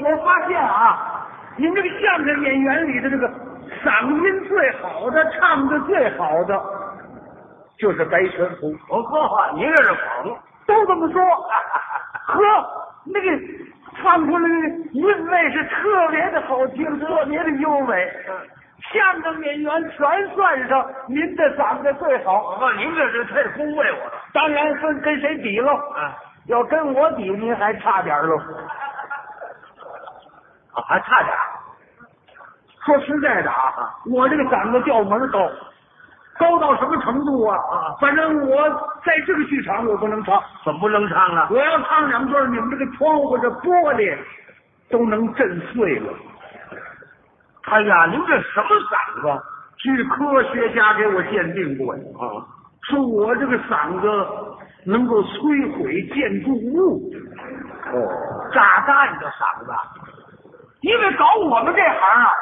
我发现啊，您这个相声演员里的这个嗓音最好的、唱的最好的，就是白全福。不错，您这是捧。都这么说，呵，那个唱出来的韵味是特别的好听，特别的优美。相声演员全算上，您的嗓子最好。我告诉您，这是太恭维我了。当然分跟谁比喽？啊要跟我比，您还差点喽。啊，还差点儿。说实在的啊，我这个嗓子调门高，高到什么程度啊？啊反正我在这个剧场我不能唱，怎么不能唱啊了？我要唱两段，你们这个窗户这玻璃都能震碎了。哎呀，您这什么嗓子？据科学家给我鉴定过呀，啊，说我这个嗓子能够摧毁建筑物，哦，炸弹的嗓子，因为搞我们这行啊，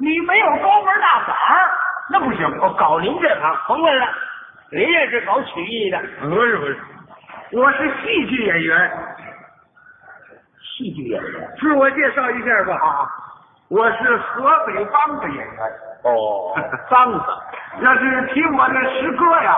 你没有高门大嗓儿那不行。我搞您这行甭问了，您也是搞曲艺的，不是不是，我是戏剧演员，戏剧演员。自我介绍一下吧。啊，我是河北梆子演员。哦，梆子。要是听我的诗歌呀，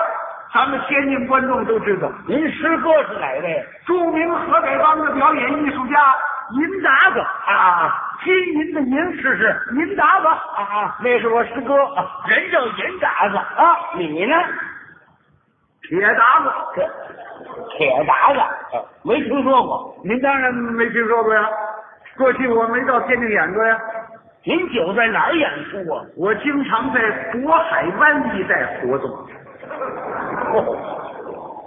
咱们先进观众都知道，您师哥是哪位？著名河北梆子表演艺术家银达子啊，金银的银是是银达子啊，那是我师哥啊人叫银达子啊，你呢？铁达子，铁铁达子，没听说过。您当然没听说过呀，过去我没到天津演过呀，您酒在哪儿演出啊？我经常在渤海湾一带活动。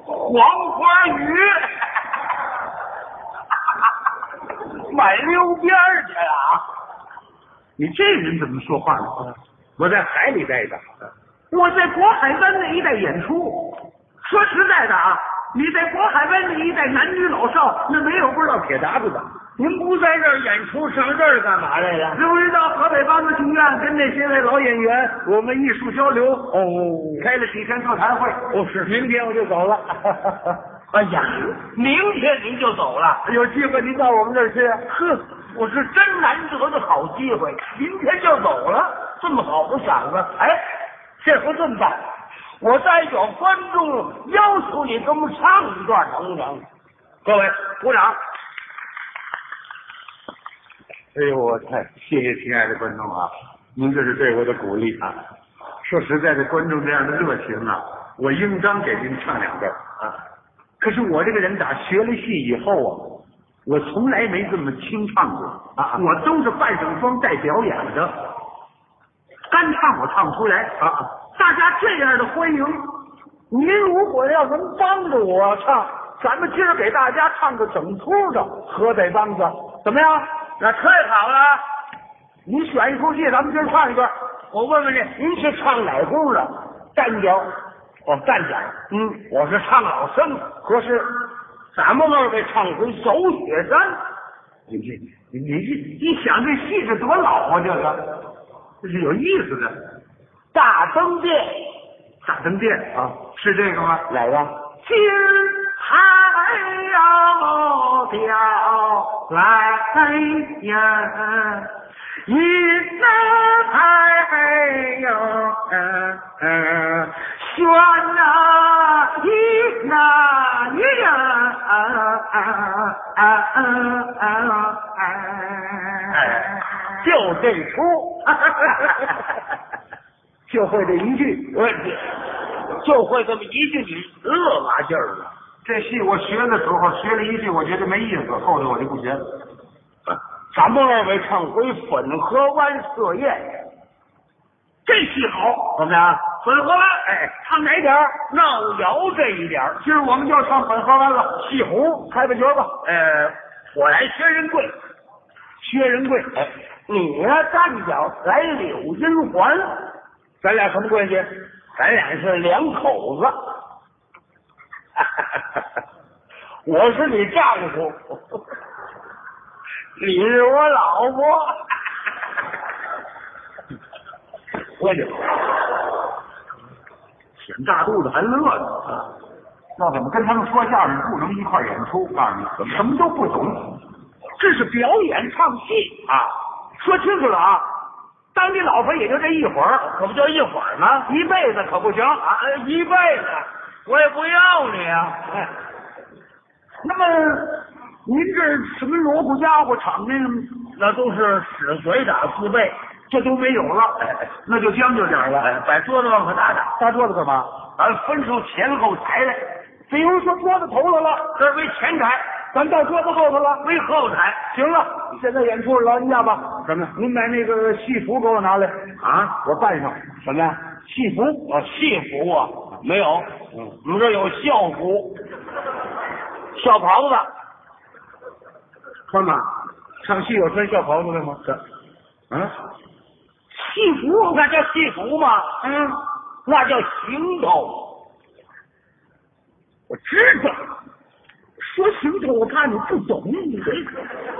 黄花鱼， 买溜边儿去啊！你这人怎么说话呢？我在海里待着，我在渤海湾那一带演出。说实在的啊，你在渤海湾那一带男女老少，那没有不知道铁达子的。您不在这儿演出，上这儿干嘛来了？这不是到河北梆子剧院跟那些位老演员，我们艺术交流，哦，开了几天座谈会。哦是明天我就走 了。哎呀，明天您就走了，有机会您到我们这儿去。啊呵，我是真难得的好机会，明天就走了，这么好的嗓子，哎，这回这么办，我代表观众要求你给我们唱一段，能不能？各位鼓掌。哎呦，我太谢谢亲爱的观众啊，您这是对我的鼓励啊。说实在的，观众这样的热情啊，我应当给您唱两段啊。可是我这个人打学了戏以后啊，我从来没这么清唱过啊我都是扮上妆带表演的，干唱我唱不出来啊。大家这样的欢迎，您如果要能帮着我唱，咱们今儿给大家唱个整出的河北梆子，怎么样？那太好了！你选一出戏，咱们今儿唱一段。我问问您，您是唱哪工的？站脚，哦我站脚。嗯，我是唱老生，合适。咱们二位唱回《走雪山》。你这你你一一想这戏是多老啊，这个这是有意思的。大灯殿大灯殿啊，是这个吗？哪个？今还要表来呀，一生还有选啊一啊一啊！就这出。 就会这一句，我就会这么一句，你乐嘛劲儿啊了。这戏我学的时候学了一句，我觉得没意思，后头我就不学了。啊咱们二位唱回《粉河湾设宴》，这戏好，怎么样？粉河湾，哎，唱哪点儿？闹窑这一点儿。今儿我们就唱粉河湾了，戏红开个角吧。呃，我来薛仁贵，薛仁贵，哎，你呢站脚来柳金环，咱俩什么关系？咱俩是两口子。 我是你丈夫，你是我老婆。 喝酒，挺大肚子还乐呢。啊要怎么跟他们说相声，不能一块儿演出？告诉你，什么都不懂，这这是表演唱戏，啊，说清楚了啊！当你老婆也就这一会儿，啊可不就一会儿吗？一辈子可不行啊！啊，一辈子，我也不要你啊！哎，那么您这什么锣鼓家伙场面什么，那都是使嘴打四背，这都没有 了，那就将就点儿了。哎，把桌子往可打打，搭桌子干嘛？咱分出前后台来，比如说桌子头头了，这为前台，咱到桌子后头了。为后台。行了，现在演出了，您下吧。怎么您把那个戏服给我拿来，啊？我扮上。什么呀？戏服？哦，戏服啊，没有，嗯我们这有校服，校袍子。穿吗？唱戏有穿校袍子的吗？这，啊，戏服？那叫戏服吗？嗯，那叫行头。我知道。说行头，我看你不懂，你这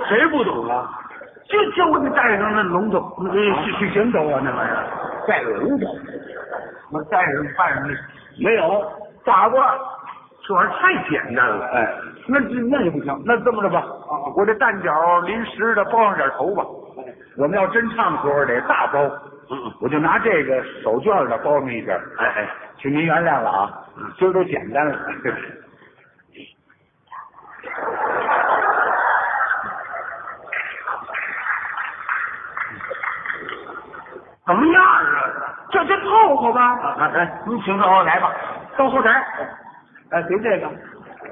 谁不懂啊？就就我得带上那龙头，那个去去行走啊，那玩意儿。带龙头，我带人扮上那，没有，打过。这玩意儿太简单了。哎，那这那也不行，那这么着吧，我这蛋饺临时的包上点头发。我们要真唱的时候得大包，嗯，我就拿这个手绢的包上一点儿。哎哎，请您原谅了啊，今儿都简单了。怎么样啊？这这凑合吧。哎哎您请到我来吧。到后台，哎，谁这个？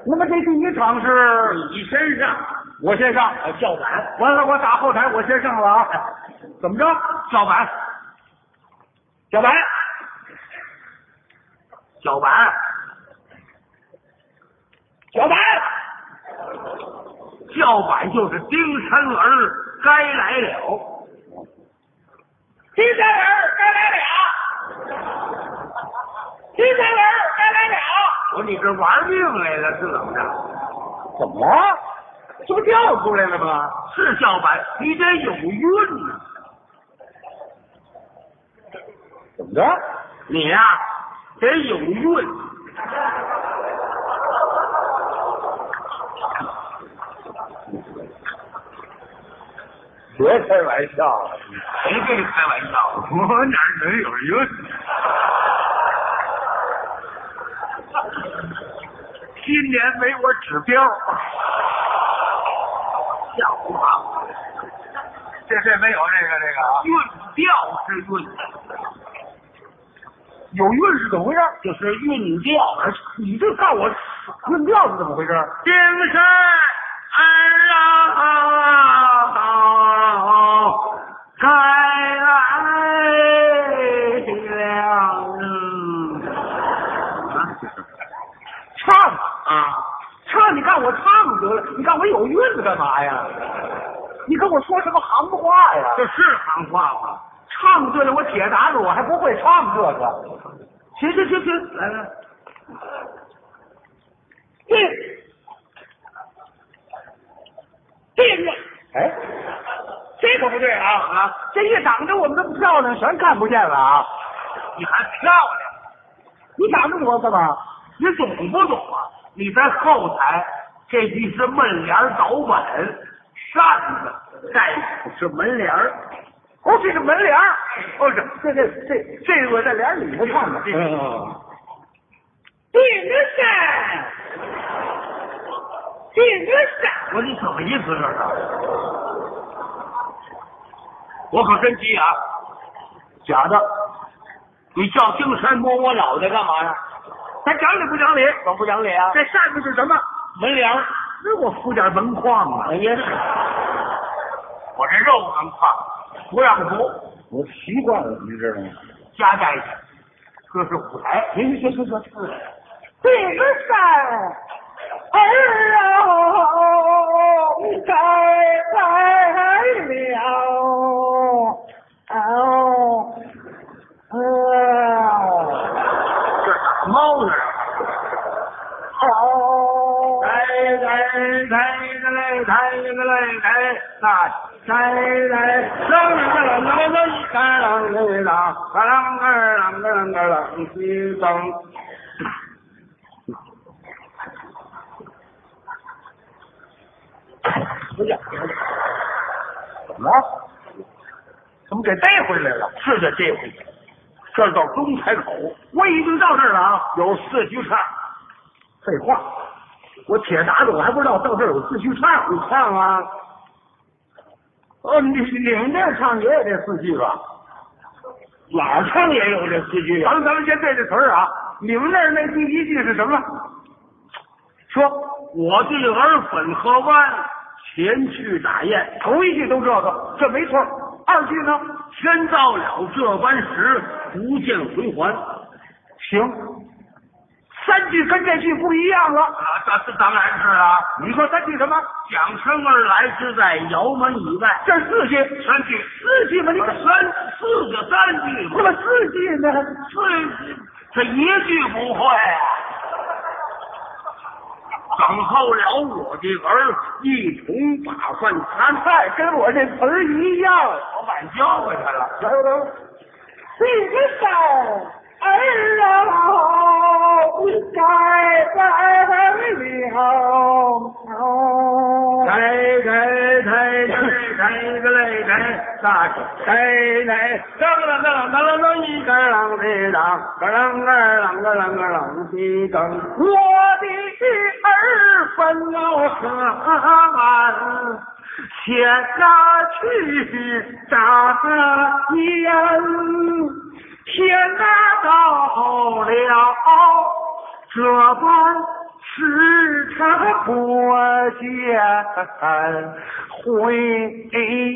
那么这第一场是你身上我先上。呃叫板，完了，我打后台，我先上了啊。怎么着？叫板，小白，叫板，小白，叫板就是丁山儿该来了。金三人该来了，金三人该来了，我说你这玩命来了是怎么着？怎么了？这不掉出来了吗？是叫板，你得有韵呐。怎么着？你呀、得有韵。 别开玩笑了，谁跟你开玩笑？ 我哪能有用？ 今年没我指标， 笑话，这这没有这个这个啊，韵调是韵，有韵是怎么回事？就是韵调。你这告我论调是怎么回事？丁山儿啊，该来了唱啊！唱，你看我唱得了，你看我有韵子干嘛呀？你跟我说什么行话呀？这是行话吗？唱对了，我解答着我还不会唱这个。行行行行，来来。定定了，哎，这可不对啊！啊，这一长得我们这么漂亮，全看不见了啊！你还漂亮，你挡着我干嘛？你懂不懂啊？你在后台，这句是门帘儿倒板，扇子带是门帘儿。哦，这是门帘儿哦，这这这这这我在帘儿里头唱的。嗯，定个山，定个山，我说你什么意思这是？我可真急啊！假的，你叫丁山摸我脑袋干嘛呀？还讲理不讲理？怎么不讲理啊？这扇子是什么？门梁，那我敷点门框啊。哎呀，我这肉能胖，不让扶，我习惯了，你知道吗？哎加在一起，这是舞台。您说说说，这个山儿啊，该来了。哦，哦，这打猫呢？哦，来来来来来来来，那来来，啷个啷个啷个一干啷个啷，啷个啷个啷个啷西当。不是，怎么了？怎么给带回来了？是的，这回这儿到中台口，我已经到这儿了啊，有四局唱，啊废话，我铁打的，我还不知道到这儿有四句唱。你唱啊，哦，你你们这儿唱也有这四句吧？哪儿唱也有这四句咱们咱们先对这词儿啊，你们那儿那第一句是什么？说，我弟儿粉河湾，前去打雁，头一句都这个，这没错。二句呢？天到了这般时，不见回还。行，三句跟这句不一样了。啊，这这当然是啊，你说三句什么？响声而来之在窑门以外，这是四句，三句四句吧？你三四个三句，怎么四句呢？四这一句不会啊。等候了我的儿，一同把饭啊，餐，嗨，跟我这词儿一样。我晚交给他了。来，我等会儿。你的手儿啊，该在外了。抬抬抬个嘞，抬个嘞，抬大抬抬，当啷当啷当啷当，一个啷的啷，个啷个啷个啷个啷的啷。我的儿分了河前那去打雁，天哪到了这般时辰不见，回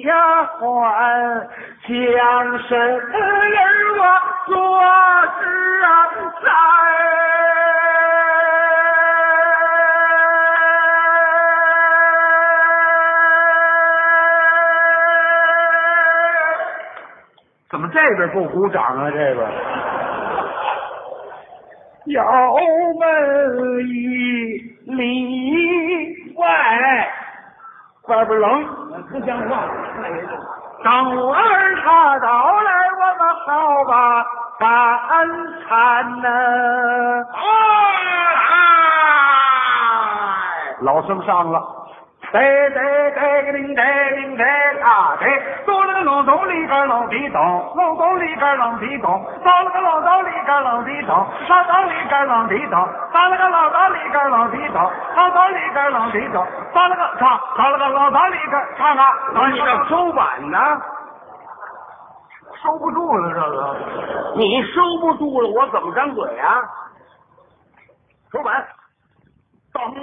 呀还将身儿我做之在。怎么这边不鼓掌啊？这边。窑门一里外，外边冷。不像话，等儿他到来，我们好把饭餐呢。老生上了。得得得个铃得铃得啊得，咚了个隆咚里个隆地咚，隆咚里个隆地咚，咚了个隆咚里个隆地咚，咚咚里个隆地咚，咚了个隆咚里个隆地咚，咚咚里个隆地咚，咚了个唱，咚了个隆咚里个唱啊，那你这收碗呢？收不住了这个，你收不住了，我怎么张嘴啊？手板。等人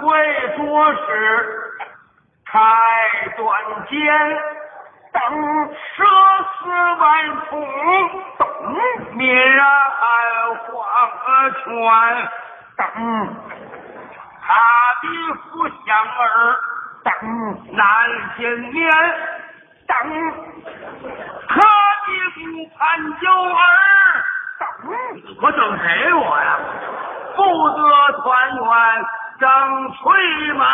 归桌时，开断间，等奢思万重，等民安黄泉，等他的福祥儿，等难见面，等他的顾盼娇儿，等嗯我等谁我呀？不得团圆正催满，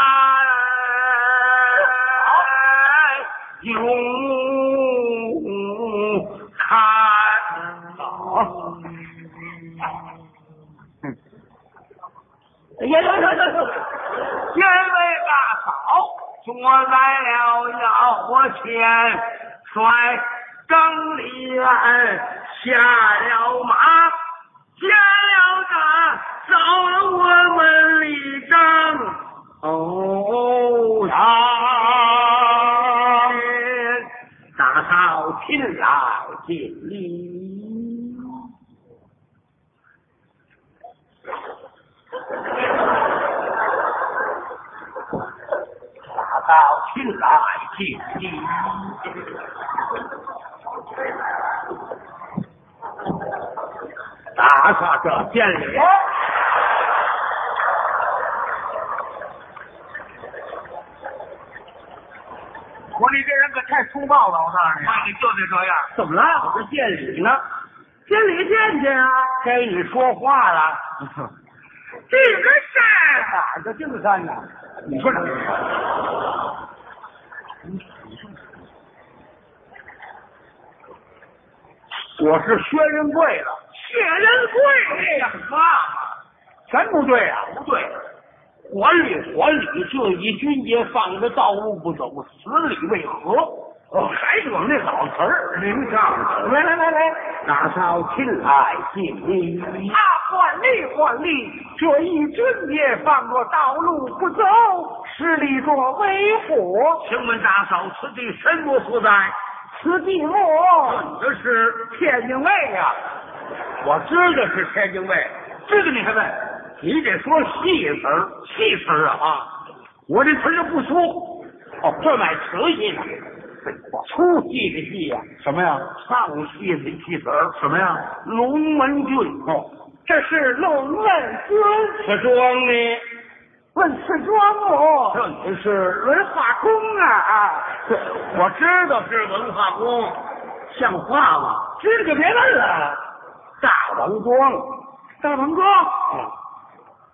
永看老。因为大嫂坐在了窑火前，摔缸里岸下了马，见了他找了我们李章，哦，当大嫂进来进礼。大道进来进礼。打扫这见礼。我你这人可太粗暴了，我告诉你。啊看你就得这样，怎么了？我这见礼呢，见礼见见啊！该你说话了。这个事儿哪儿的啊敬山呢？你说哪儿？我是薛仁贵的，啊铁人贵，呀妈妈全不对啊！不对，还礼还礼，这一军爷放着道路不走，十里为何？哦，还是我们那老词儿，您上来来来来，打扫进来哎进啊，管理管理，这一军爷放着道路不走，十里若为火，请问大嫂，此地什么所在？此地莫这是天津卫呀！我知道是天津卫，这个你还问？你得说戏词儿，戏词儿啊！啊，我这词儿就不粗。哦，这买瓷戏啊呢？废话，粗戏的戏呀、什么呀？唱戏的戏词儿。什么呀？龙门郡哦，这是龙门郡。我装呢？问是庄母，这是文化宫啊！我知道是文化宫，像话吗？知个别问了，大王庄，大王庄嗯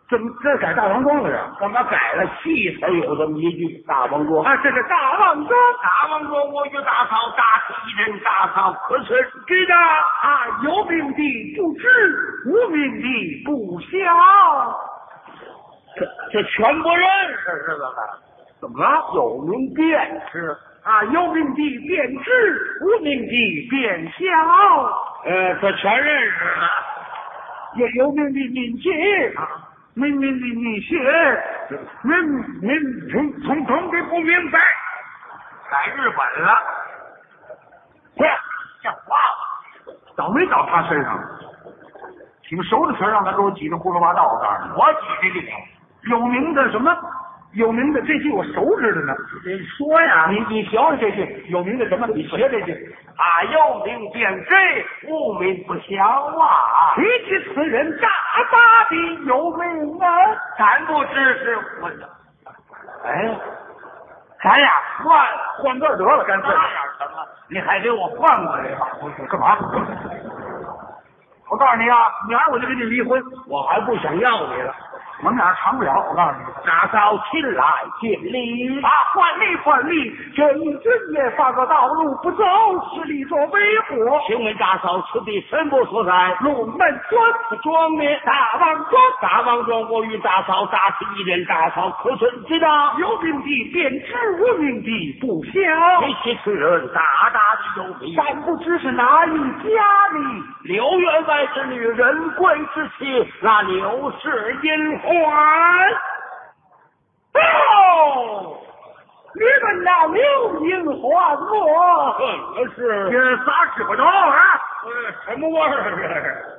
怎么这改大王庄了呀？怎么改了戏词儿有这么一句大王庄？啊，这是大大王庄，大王庄，我与大嫂大起一人，大嫂可是知道啊？有病的不知，无病的不晓，这这全不认识是怎么？怎么了？有名便知啊，有病的便知，无病的便晓，呃，这全认识了。也有病的敏捷啊，明明的敏学。您您从从从这不明白，改日本了，不是像话吗？倒没倒他身上？挺熟的词儿让他给我挤得胡说八道，我告诉你，我挤的脸，有名的什么？有名的这句我熟知的呢。你说呀你你学学这句有名的什么？你学这句。啊，又名见这，物名不详啊。提起此人大大的有名啊，咱不知是我，哎，咱俩换了，换字儿得了，干脆。那样什么？你还给我换过来吧？干嘛？我告诉你啊，明儿我就跟你离婚，我还不想要你了。我们俩长不了。我告诉你，打扫亲来见礼啊，换力换力，这一军也放个道路不走，十里做威火。请问大嫂，此地什么所在？龙门庄，庄呢？大王庄，大王庄，我与大嫂大起一人，大嫂可准知道？有名的便知，无名的不晓。谁其此人，大大的有名。但不知是哪一家里。刘员外之女，人贵之妻，那刘氏姻还。哦，你们那刘银还我，这是这仨指不着啊！什么味儿？